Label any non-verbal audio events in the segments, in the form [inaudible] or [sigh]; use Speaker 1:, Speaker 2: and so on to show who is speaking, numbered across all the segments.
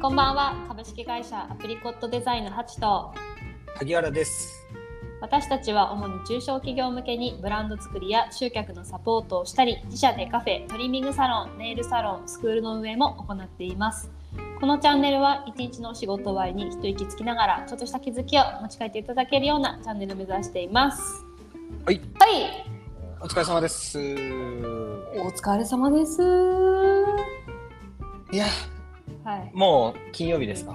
Speaker 1: こんばんは株式会社アプリコットデザインのハチと
Speaker 2: 萩原です。
Speaker 1: 私たちは主に中小企業向けにブランド作りや集客のサポートをしたり自社でカフェトリミングサロンネイルサロンスクールの運営も行っていますこのチャンネルは一日のお仕事終わりに一息つきながらちょっとした気づきを持ち帰っていただけるようなチャンネルを目指しています
Speaker 2: はい、
Speaker 1: はい
Speaker 2: お疲れ様です。い
Speaker 1: お疲れ様です
Speaker 2: や、
Speaker 1: はい
Speaker 2: もう金曜日ですか。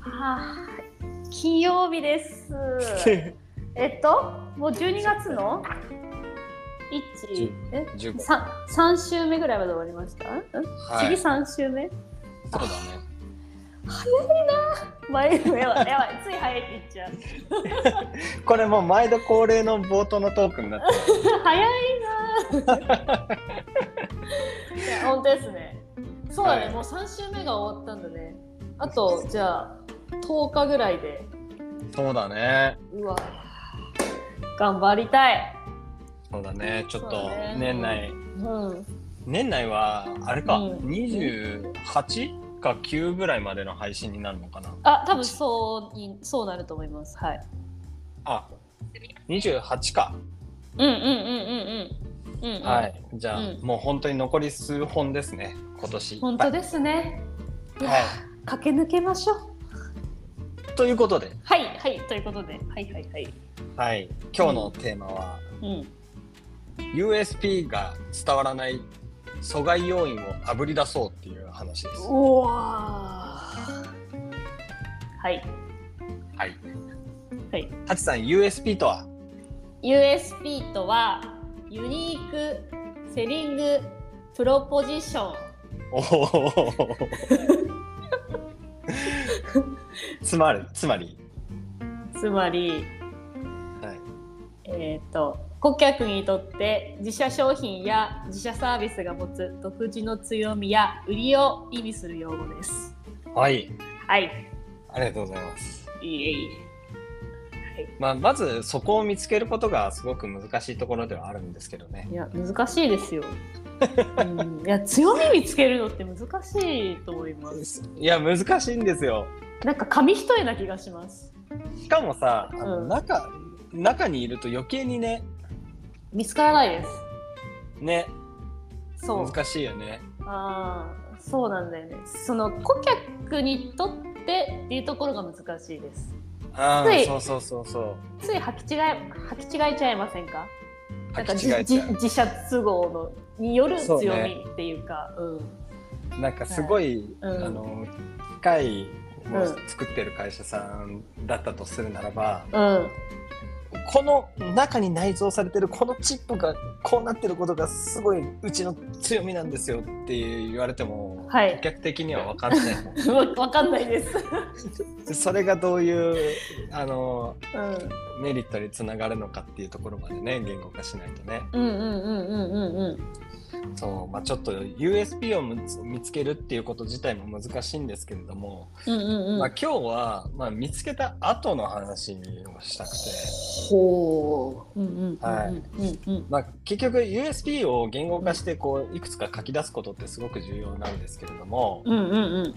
Speaker 1: はーい金曜日です
Speaker 2: [laughs]
Speaker 1: えっと、もう12月の
Speaker 2: 十
Speaker 1: 1え
Speaker 2: [laughs] 十五。
Speaker 1: 三三週目ぐらいまで終わりました。ん
Speaker 2: はい。
Speaker 1: 次
Speaker 2: そう
Speaker 1: 三週目。
Speaker 2: だね。
Speaker 1: 前やばいやばいやばいつい早いって言っちゃう。
Speaker 2: これもう毎度恒例の冒頭のトークになって
Speaker 1: 早い
Speaker 2: [laughs]
Speaker 1: な。いや本当ですね。そうだね、
Speaker 2: はい
Speaker 1: もう三週目が終わったんだね。あとじゃあ十日ぐらいで。
Speaker 2: る。そうだね。
Speaker 1: うわ。頑張りたい。
Speaker 2: そうだね。ちょっ
Speaker 1: そう
Speaker 2: と
Speaker 1: だね
Speaker 2: 年内、
Speaker 1: うん。
Speaker 2: 年内はあれか、
Speaker 1: うん
Speaker 2: 二十八か九ぐらいまでの配信になるのかな。
Speaker 1: あ、多分そうにそうなると思います。はい。
Speaker 2: あ、二十八か。
Speaker 1: うんうんうんうんうん。うん、うん。
Speaker 2: はい。じゃあ、
Speaker 1: うん
Speaker 2: もう本当に残り数本ですね。今年いっぱい。
Speaker 1: 本当ですね。
Speaker 2: はい。
Speaker 1: 駆け抜けましょう。
Speaker 2: ということで、
Speaker 1: はいはいということで、はいはいはい。
Speaker 2: はい、今日のテーマは、
Speaker 1: うん。
Speaker 2: USP が伝わらない阻害要因をあぶり出そうっていう話です。
Speaker 1: おお。はい
Speaker 2: はい。
Speaker 1: はい。
Speaker 2: ハチさん、USP とは
Speaker 1: USP とはユニークセリングプロポジション。
Speaker 2: おお。
Speaker 1: [laughs]
Speaker 2: つまり、つまり、
Speaker 1: つまり
Speaker 2: はい、
Speaker 1: えっ、と顧客にとって自社商品や自社サービスが持つ独自の強みや売りを意味する用語です。
Speaker 2: はい、
Speaker 1: はい。
Speaker 2: ありがとうございます。
Speaker 1: いえいえ。
Speaker 2: まあ、まずそこを見つけることがすごく難しいところではあるんですけどね。
Speaker 1: いや難しいですよ。うん、いや強み見つけるのって難しいと思います。
Speaker 2: いや、難しいんですよ。
Speaker 1: なんか紙一重な気がします。
Speaker 2: しかもさ、あの
Speaker 1: うん
Speaker 2: 中、中にいると余計にね、
Speaker 1: 見つからないです。
Speaker 2: ね、
Speaker 1: そう。
Speaker 2: 難しいよね。
Speaker 1: ああ、そうなんだよね。その顧客にとってっていうところが難しいです。
Speaker 2: あ
Speaker 1: つ
Speaker 2: あ、
Speaker 1: い
Speaker 2: そうそうそうそう。
Speaker 1: つい履き違え履き違えちゃいませんか？
Speaker 2: 履
Speaker 1: なんか
Speaker 2: き違え
Speaker 1: じ
Speaker 2: ちゃ
Speaker 1: 自社都合のによる強
Speaker 2: そうね
Speaker 1: みっていうか、う
Speaker 2: う。なんかすごい、
Speaker 1: はいうん
Speaker 2: あの機械を
Speaker 1: うん
Speaker 2: 作ってる会社さんだったとするならば、
Speaker 1: ん、うん、
Speaker 2: この中に内蔵されてるこのチップがこうなってることがすごいうちの強みなんですよって言われても、
Speaker 1: はい [laughs]
Speaker 2: 顧客的には分かんない。 [laughs]
Speaker 1: わわかんないです。
Speaker 2: それがどういうあの
Speaker 1: うん。
Speaker 2: メリットにつながるのかっていうところまでね言語化しないとね。
Speaker 1: うんうんうんうんうんうん。
Speaker 2: そうまあ、ちょっと USP をむつ見つけるっていうこと自体も難しいんですけれども、
Speaker 1: うんうんうん。
Speaker 2: まあ、今日は、まあ、見つけた後の話をしたくて、
Speaker 1: ほう。うんうんうんうん
Speaker 2: はい
Speaker 1: うんうん。
Speaker 2: まあ、結局 USB を言語化してこういくつか書き出すことってすごく重要なんですけれども、
Speaker 1: うんうんうん。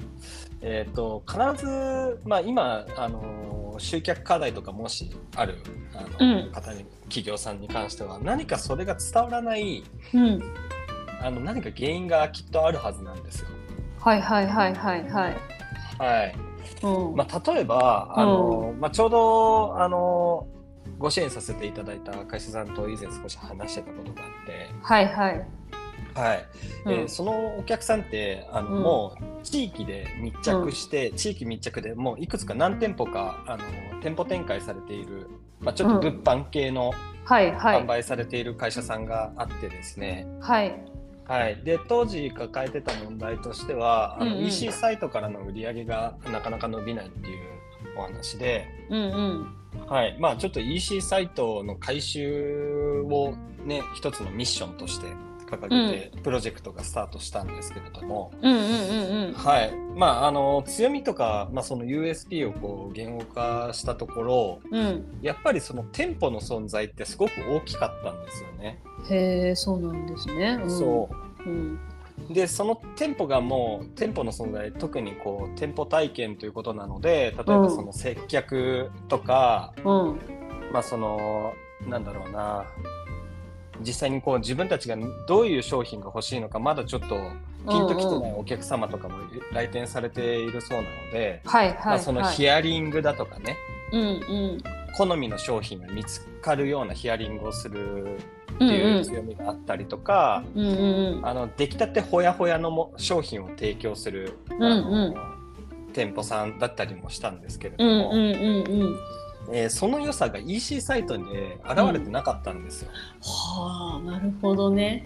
Speaker 2: えー、と必ず、まあ、今、あのー集客課題とかもしあるあの、
Speaker 1: うん
Speaker 2: 方に企業さんに関しては何かそれが伝わらない
Speaker 1: うん。
Speaker 2: あの何か原因がきっとあるはずなんですよ。
Speaker 1: はいはいはいはいはい。
Speaker 2: はい
Speaker 1: うん。
Speaker 2: まあ、例えば、あのまあ、ちょうど、あのご支援させていただいた会社さんと以前少し話してたことがあっ
Speaker 1: はいはい。
Speaker 2: て、はい
Speaker 1: うん
Speaker 2: えーそのお客さんってあの、
Speaker 1: うん
Speaker 2: もう地域で密着して、地域密着でもういくつか何店舗かあの店舗展開されている、まあ、ちょっ
Speaker 1: う
Speaker 2: と物
Speaker 1: ん
Speaker 2: 販系の
Speaker 1: はいは
Speaker 2: 販
Speaker 1: い。
Speaker 2: 売されている会社さんがあってですね、
Speaker 1: はい。
Speaker 2: はい、で当時抱えてた問題としてはあの、
Speaker 1: うんうん
Speaker 2: EC サイトからの売り上げがなかなか伸びないっていうお話で。
Speaker 1: うんうん。
Speaker 2: はい、まあちょっと EC サイトの回収をね一つのミッションとして掲げてプロジェクトがスタートしたんですけれども、
Speaker 1: うんうんうんうん。
Speaker 2: はい、まああの強みとかまあその USP をこう言語化したところ、
Speaker 1: うん。
Speaker 2: やっぱりその店舗の存在ってすごく大きかったんですよね。
Speaker 1: へえ、そうなんですね。うん、。
Speaker 2: そう
Speaker 1: うん。
Speaker 2: でその店舗がもう店舗の存在特にこう店舗体験ということなので例えばその接客とか、
Speaker 1: うん
Speaker 2: まあそのなんだろうな実際にこう自分たちがどういう商品が欲しいのかまだちょっとピンときてないお客様とかも来店されているそうなので、
Speaker 1: はいはい、
Speaker 2: ま
Speaker 1: は
Speaker 2: あ、
Speaker 1: い、
Speaker 2: そのヒアリングだとかね、
Speaker 1: うんうん
Speaker 2: 好みの商品が見つかるようなヒアリングをするって
Speaker 1: うん
Speaker 2: いう
Speaker 1: う
Speaker 2: 強みがあったりとか、
Speaker 1: んうんうん
Speaker 2: あの出来たてほやほやのも商品を提供する、あの
Speaker 1: うんうん
Speaker 2: 店舗さんだったりもしたんですけれど
Speaker 1: うん
Speaker 2: も、
Speaker 1: うんうんうん
Speaker 2: えーその良さが EC サイトにね現れてなかったんですよ。
Speaker 1: はあなるほどね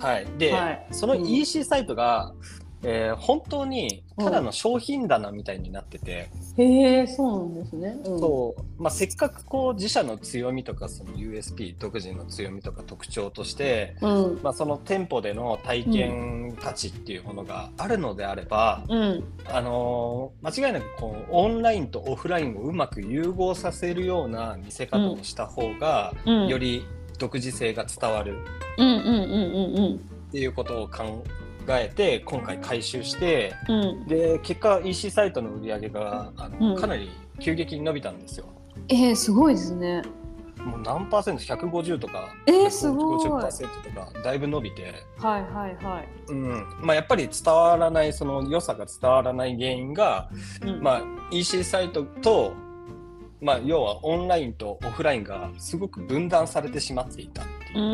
Speaker 2: はい、で、
Speaker 1: はい
Speaker 2: その
Speaker 1: うん
Speaker 2: EC サイトが、えー本当にただの商品棚みたいになってて、
Speaker 1: へえそうなんですね、うん、
Speaker 2: そうまあ、せっかくこう自社の強みとかその USP 独自の強みとか特徴として、
Speaker 1: うん
Speaker 2: まあ、その店舗での体験価値っていうものがあるのであれば、
Speaker 1: うん
Speaker 2: あのー間違いなくこうオンラインとオフラインをうまく融合させるような見せ方をした方が、
Speaker 1: うん
Speaker 2: より独自性が伝わる
Speaker 1: うんうんうんうん
Speaker 2: っていうことを考えて今回回収して
Speaker 1: うんうん
Speaker 2: で結果 EC サイトの売り上げがあ
Speaker 1: う
Speaker 2: の、
Speaker 1: ん
Speaker 2: かなり急激に伸びたんですよ。
Speaker 1: えー、すごいですね
Speaker 2: もう何パーセント150とか、
Speaker 1: えーすごい
Speaker 2: 50%とかだいぶ伸びて。
Speaker 1: はいはいはい、
Speaker 2: うんまあ、やっぱり伝わらないその良さが伝わらない原因が、
Speaker 1: うん
Speaker 2: まあ、EC サイトと、まあ、要はオンラインとオフラインがすごく分断されてしまっていたって
Speaker 1: うーん
Speaker 2: い
Speaker 1: う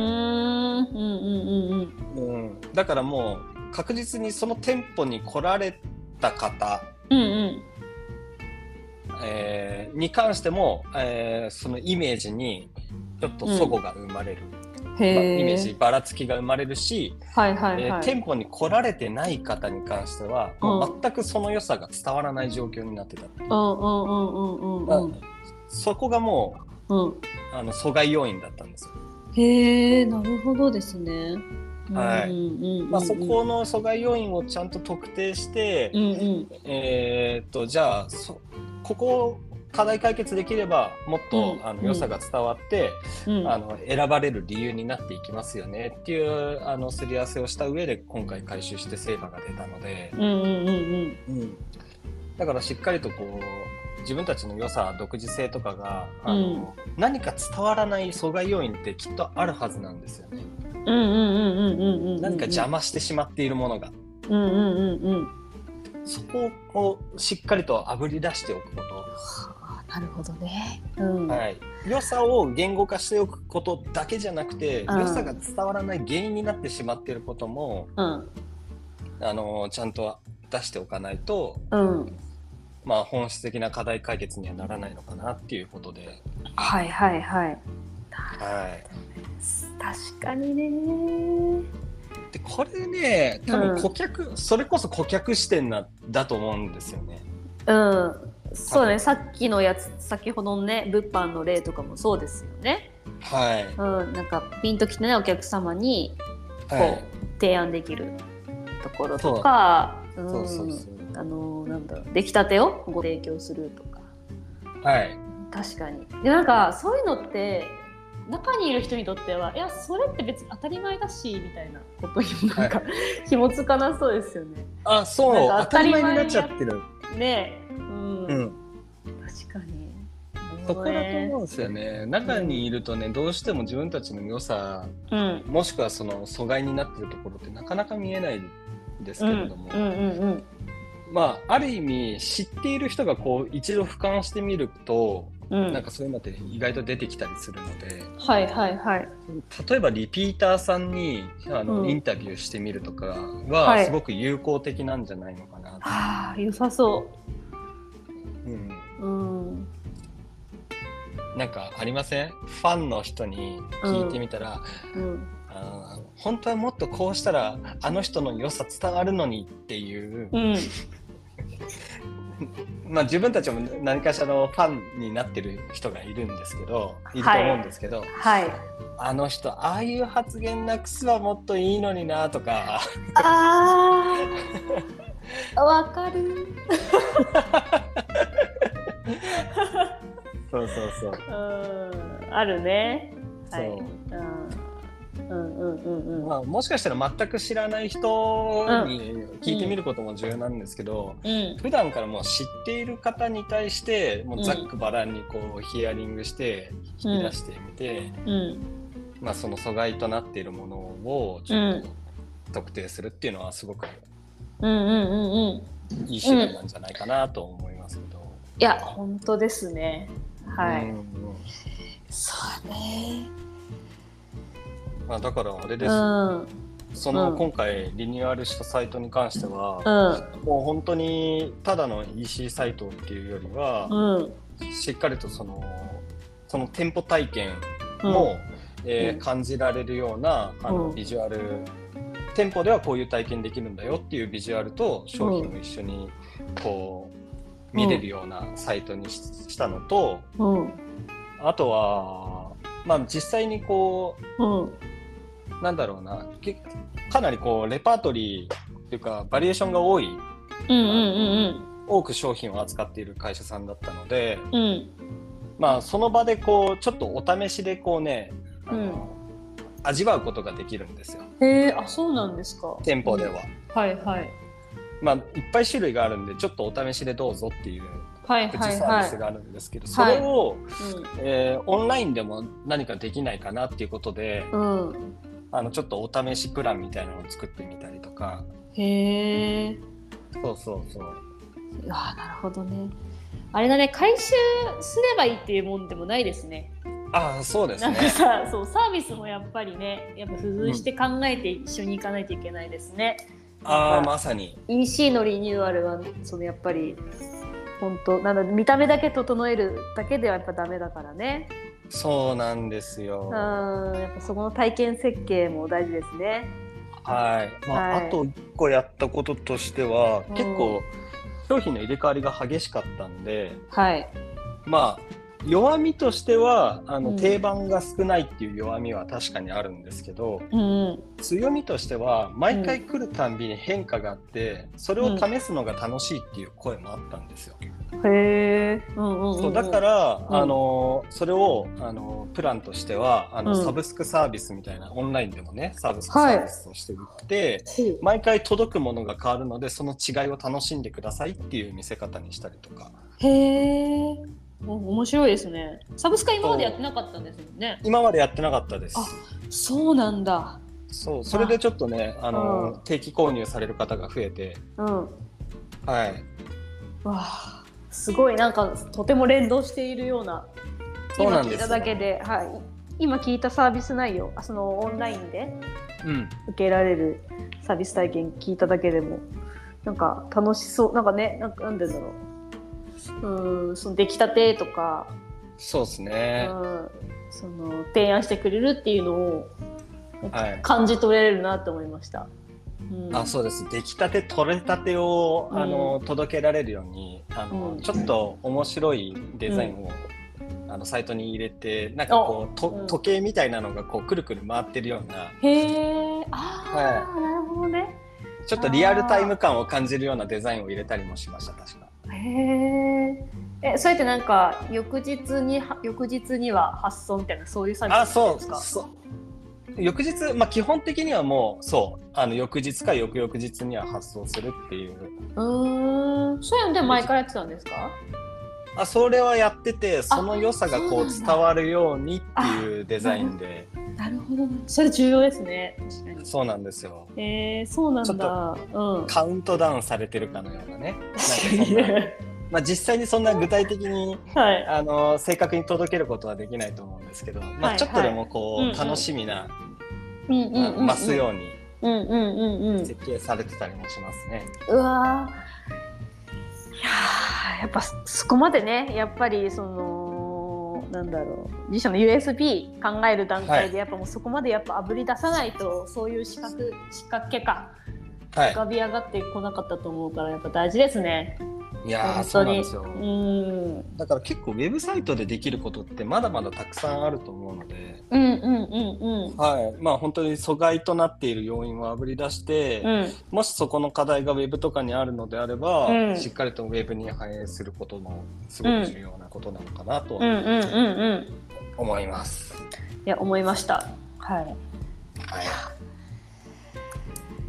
Speaker 1: んうんうんうん
Speaker 2: う、うん、だからもう確実にその店舗に来られた方、
Speaker 1: うんうん
Speaker 2: えーに関しても、えーそのイメージにちょっと齟齬が生まれる、
Speaker 1: へ
Speaker 2: まあ
Speaker 1: え
Speaker 2: イメージばらつきが生まれるし、
Speaker 1: はいはい
Speaker 2: えー
Speaker 1: はい、
Speaker 2: 店舗に来られてない方に関しては、もう全くその良さが伝わらない状況になってたっていう
Speaker 1: うんうんうんうんうんうん
Speaker 2: そこがも
Speaker 1: うん
Speaker 2: うあの阻害要因だったんですよ、
Speaker 1: へえなるほどですね
Speaker 2: はい
Speaker 1: うんうんうんうん
Speaker 2: まあ、そこの阻害要因をちゃんと特定して、
Speaker 1: うんうん
Speaker 2: えーっとじゃあそここを課題解決できればもっと、
Speaker 1: うん
Speaker 2: あの
Speaker 1: うん
Speaker 2: 良さが伝わって、
Speaker 1: うん
Speaker 2: あの選ばれる理由になっていきますよねっていうあのすり合わせをした上で今回回収して成果が出たので、
Speaker 1: うんうんうん
Speaker 2: だからしっかりとこう自分たちの良さ独自性とかがあの、何か伝わらない阻害要因ってきっとあるはずなんですよね。
Speaker 1: うんうんうんうんうんうんうん
Speaker 2: 何か邪魔してしまっているものが、
Speaker 1: うんうんうんうん
Speaker 2: そこをしっかりとあぶり出しておくこと、
Speaker 1: あなるほどねうん
Speaker 2: はい、良さを言語化しておくことだけじゃなくて、
Speaker 1: うん
Speaker 2: 良さが伝わらない原因になってしまっていることも
Speaker 1: うん
Speaker 2: あのちゃんと出しておかないと、
Speaker 1: うん
Speaker 2: まあ、本質的な課題解決にはならないのかなっていうことで、
Speaker 1: はいはいはい
Speaker 2: はい、
Speaker 1: 確かにね
Speaker 2: でこれね多分顧客、それこそ顧客視点なだと思うんですよね。
Speaker 1: うんそうねさっきのやつ先ほどのね物販の例とかもそうですよね
Speaker 2: はい、
Speaker 1: うんなんかピンときてないお客様に
Speaker 2: は
Speaker 1: こ
Speaker 2: いう
Speaker 1: 提案できるところとかうん
Speaker 2: そうそうそう
Speaker 1: あのなんだろう出来たてをご提供するとか
Speaker 2: はい
Speaker 1: 確かにでなんかそういうのって中にいる人にとってはいやそれって別に当たり前だしみたいなことにもなんか、 [laughs] 紐づかなそうですよね
Speaker 2: あそう
Speaker 1: なんか当
Speaker 2: 当
Speaker 1: た
Speaker 2: た
Speaker 1: り
Speaker 2: り
Speaker 1: 前
Speaker 2: 前
Speaker 1: に
Speaker 2: になっちゃってる。
Speaker 1: ねえうん、
Speaker 2: うん
Speaker 1: 確かに
Speaker 2: そこだと思
Speaker 1: う
Speaker 2: うんですよね。中にいるとね、どうしても自分たちの良さ、
Speaker 1: うん
Speaker 2: もしくはその阻害になってるところってなかなか見えないです
Speaker 1: う
Speaker 2: け
Speaker 1: ん
Speaker 2: れども、
Speaker 1: うんうんうん
Speaker 2: まあ、ある意味知っている人がこう一度俯瞰してみると、
Speaker 1: うん
Speaker 2: なんかそういうのって意外と出てきたりするので、
Speaker 1: はいはいはい
Speaker 2: 例えばリピーターさんにあの、
Speaker 1: うん
Speaker 2: インタビューしてみるとか
Speaker 1: は
Speaker 2: は、
Speaker 1: い
Speaker 2: すごく有効的なんじゃないのかなと。
Speaker 1: はあ良さそ
Speaker 2: うん
Speaker 1: ううん
Speaker 2: なんかありませんファンの人に聞いてみたら、
Speaker 1: うん
Speaker 2: あー本当はもっとこうしたらあの人の良さ伝わるのにっていう、
Speaker 1: うん
Speaker 2: まあ、自分たちも何かしらのファンになってる人がいるんですけどいると思うんですけど、
Speaker 1: はい
Speaker 2: あの人ああいう発言なくすはもっといいのになとか
Speaker 1: [laughs] あー [laughs] わかる
Speaker 2: そうそうそう
Speaker 1: うんあるね。はい。
Speaker 2: そ
Speaker 1: う
Speaker 2: う
Speaker 1: ん。ううんうんうんうん
Speaker 2: まあ、もしかしたら全く知らない人に聞いてみることも重要なんですけど、
Speaker 1: うん
Speaker 2: 普段からもう知っている方に対してもうざっくばらんにこうヒアリングして引き出してみて、
Speaker 1: うん
Speaker 2: まあ、その阻害となっているものをちょっと特定するっていうのはすごく
Speaker 1: うんうんうんうん
Speaker 2: いい手段なんじゃないかなと思いますけど。
Speaker 1: いや本当ですねはい、
Speaker 2: うんうん
Speaker 1: そうね
Speaker 2: まあ、だからあれ
Speaker 1: う
Speaker 2: です、
Speaker 1: んうん
Speaker 2: その
Speaker 1: うん
Speaker 2: 今回リニューアルしたサイトに関しては、もう本当にただの EC サイトっていうよりは、
Speaker 1: うん
Speaker 2: しっかりとそのその店舗体験
Speaker 1: うん
Speaker 2: も、えー
Speaker 1: うん
Speaker 2: 感じられるようなあの、
Speaker 1: うん
Speaker 2: ビジュアル店舗ではこういう体験できるんだよっていうビジュアルと商品を一緒にこう見れるようなサイトにししたのと
Speaker 1: うん
Speaker 2: あとは、まあ、実際にこ
Speaker 1: うん
Speaker 2: うなんだろうなけかなりこうレパートリーっていうかバリエーションが多い
Speaker 1: うんうん
Speaker 2: 多く商品を扱っている会社さんだったので、
Speaker 1: うんうん
Speaker 2: まあ、その場でこうちょっとお試しでこうね、あの
Speaker 1: うん
Speaker 2: 味わうことができるんですよ
Speaker 1: へえあそうなんですか
Speaker 2: 店舗では、
Speaker 1: はいはい
Speaker 2: まあ、いっぱい種類があるんでちょっとお試しでどうぞっていう
Speaker 1: はい
Speaker 2: プチ
Speaker 1: はい
Speaker 2: サービ
Speaker 1: はい
Speaker 2: スがあるんですけど、
Speaker 1: はい
Speaker 2: それを、えーオンラインでも何かできないかなっていうことで
Speaker 1: うん、うん、
Speaker 2: あのちょっとお試しプランみたいなのを作ってみたりとか
Speaker 1: へえ
Speaker 2: そうそうそう
Speaker 1: あなるほどねあれだね回収すればいいっていうもんでもないですね
Speaker 2: ああそうです
Speaker 1: なん
Speaker 2: ね
Speaker 1: かさそうサービスもやっぱりねやっぱ付随して考えて一緒に行かないといけないですね、
Speaker 2: ああまさに
Speaker 1: EC のリニューアルはそのやっぱり本当なんだ見た目だけ整えるだけではやっぱダメだからね
Speaker 2: そうなんです
Speaker 1: う
Speaker 2: よ
Speaker 1: んやっぱそこの体験設計も大事ですね
Speaker 2: はい、まあ
Speaker 1: はい
Speaker 2: あと一個やったこととしては、
Speaker 1: うん
Speaker 2: 結構商品の入れ替わりが激しかったんで
Speaker 1: はい
Speaker 2: まあ弱みとしてはあの、
Speaker 1: うん
Speaker 2: 定番が少ないっていう弱みは確かにあるんですけど
Speaker 1: うん
Speaker 2: 強みとしては毎回来るたんびに変化があってそれを試すのが楽しいっていう声もあったんですよ。
Speaker 1: へえうんうんうん
Speaker 2: そうだからら、
Speaker 1: うん
Speaker 2: あのそれをあのプランとしてはあの、
Speaker 1: うん
Speaker 2: サブスクサービスみたいなオンラインでもねサブスクサービスをして売って、毎回届くものが変わるのでその違いを楽しんでくださいっていう見せ方にしたりとか
Speaker 1: へえ面白いですねサブスクは今までやってなかったんですもんね
Speaker 2: 今までやってなかったです
Speaker 1: あそうなんだ
Speaker 2: そうそれでちょっとねあの、
Speaker 1: うん
Speaker 2: 定期購入される方が増えて
Speaker 1: うん
Speaker 2: はい
Speaker 1: わあすごいなんかとても連動しているような
Speaker 2: そう
Speaker 1: 今
Speaker 2: なん
Speaker 1: 聞
Speaker 2: で
Speaker 1: い
Speaker 2: す
Speaker 1: た
Speaker 2: よ
Speaker 1: だけではい、今聞いたサービス内容あそのオンラインで
Speaker 2: うん
Speaker 1: 受けられるサービス体験聞いただけでもなんか楽しそうなんかねなんかなんて言うんだろううーんその出来たてとか、
Speaker 2: そうです
Speaker 1: う
Speaker 2: ね、
Speaker 1: ん、その提案してくれるっていうのを
Speaker 2: はい
Speaker 1: 感じ取れるなと思いました。うん、
Speaker 2: あそうです出来たて取れたてを
Speaker 1: うん
Speaker 2: あの、届けられるようにあの、
Speaker 1: うん
Speaker 2: ちょっと面白いデザインを、あのサイトに入れてなんかこうと、
Speaker 1: うん
Speaker 2: 時計みたいなのがこうくるくる回ってるような
Speaker 1: へえあー、なるほどね。
Speaker 2: ちょっとリアルタイム感を感じるようなデザインを入れたりもしました確か。
Speaker 1: へえ。え、それってなんか翌日には翌日には発送みたいなそういうサービス
Speaker 2: あそう
Speaker 1: ですか。
Speaker 2: そう翌日、まあ、基本的にはもうそうあの翌日か翌々日には発送するっていう
Speaker 1: うーん。そういうのでも前からやってたんですか。
Speaker 2: あそれはやっててその良さがこ
Speaker 1: そう
Speaker 2: う
Speaker 1: なん
Speaker 2: 伝
Speaker 1: だ
Speaker 2: わるようにっていうデザインで
Speaker 1: なるほど。それ重要ですね。確かに。
Speaker 2: そうなんですよ
Speaker 1: えー、そうなん
Speaker 2: ちょ
Speaker 1: だ。うん。
Speaker 2: カウントダウンされてるかのようなねなんかそんな
Speaker 1: は
Speaker 2: まあ、実際にそんな具体的に
Speaker 1: い。
Speaker 2: あの正確に届けることはできないと思うんですけど、
Speaker 1: は
Speaker 2: まあ、
Speaker 1: い
Speaker 2: ちょっとでもこう、
Speaker 1: うんうん
Speaker 2: 楽しみな、
Speaker 1: うんう
Speaker 2: あの増す
Speaker 1: よ。
Speaker 2: ように
Speaker 1: うんうんうんうん。
Speaker 2: 設計されてたりもしますね。
Speaker 1: うわーいやーやっぱそこまでねやっぱりそのなんだろう自社の USB 考える段階でやっぱもうそこまでやっぱ炙り出さないとそういう資格仕掛けか
Speaker 2: はい
Speaker 1: 浮かび上がってこなかったと思うからやっぱ大事ですね。
Speaker 2: いやー
Speaker 1: 本
Speaker 2: そ
Speaker 1: 当
Speaker 2: うなん
Speaker 1: に
Speaker 2: ですよ。
Speaker 1: うん
Speaker 2: だから結構ウェブサイトでできることってまだまだたくさんあると思うので、
Speaker 1: うんうんうんうん
Speaker 2: はいまあ、本当に阻害となっている要因をあぶり出して、
Speaker 1: うん
Speaker 2: もしそこの課題がウェブとかにあるのであれば、
Speaker 1: うん
Speaker 2: しっかりとウェブに反映することもすごく重要なことなのかなと
Speaker 1: うんうんうんうん
Speaker 2: 思います。
Speaker 1: いや思いました。はい。
Speaker 2: はい。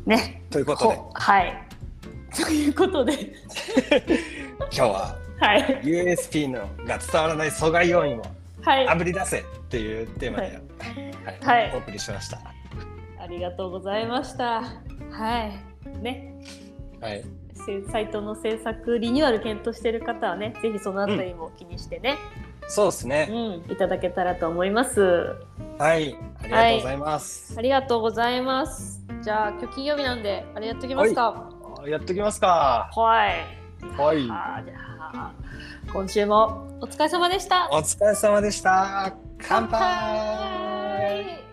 Speaker 1: ね。
Speaker 2: ということで
Speaker 1: ほはい。ということで、
Speaker 2: 今日は
Speaker 1: はい。
Speaker 2: USP のが伝わらない阻害要因を
Speaker 1: はい。
Speaker 2: あぶり出せっていうテーマで、
Speaker 1: はいはい
Speaker 2: お送りしました。
Speaker 1: ありがとうございました。はい。ね。
Speaker 2: はい。
Speaker 1: せサイトの制作リニューアル検討している方はね、ぜひそのあたりも気にしてね、
Speaker 2: そうです
Speaker 1: う
Speaker 2: ね。
Speaker 1: ん、いただけたらと思います。
Speaker 2: はい。ありがとうございます。
Speaker 1: ありがとうございます。じゃあ今日金曜日なんであれやっときますか。
Speaker 2: やっときますか。
Speaker 1: はい。
Speaker 2: はい
Speaker 1: あーじゃあ今週もお疲れ様でした。
Speaker 2: お疲れ様でした。乾杯
Speaker 1: 乾杯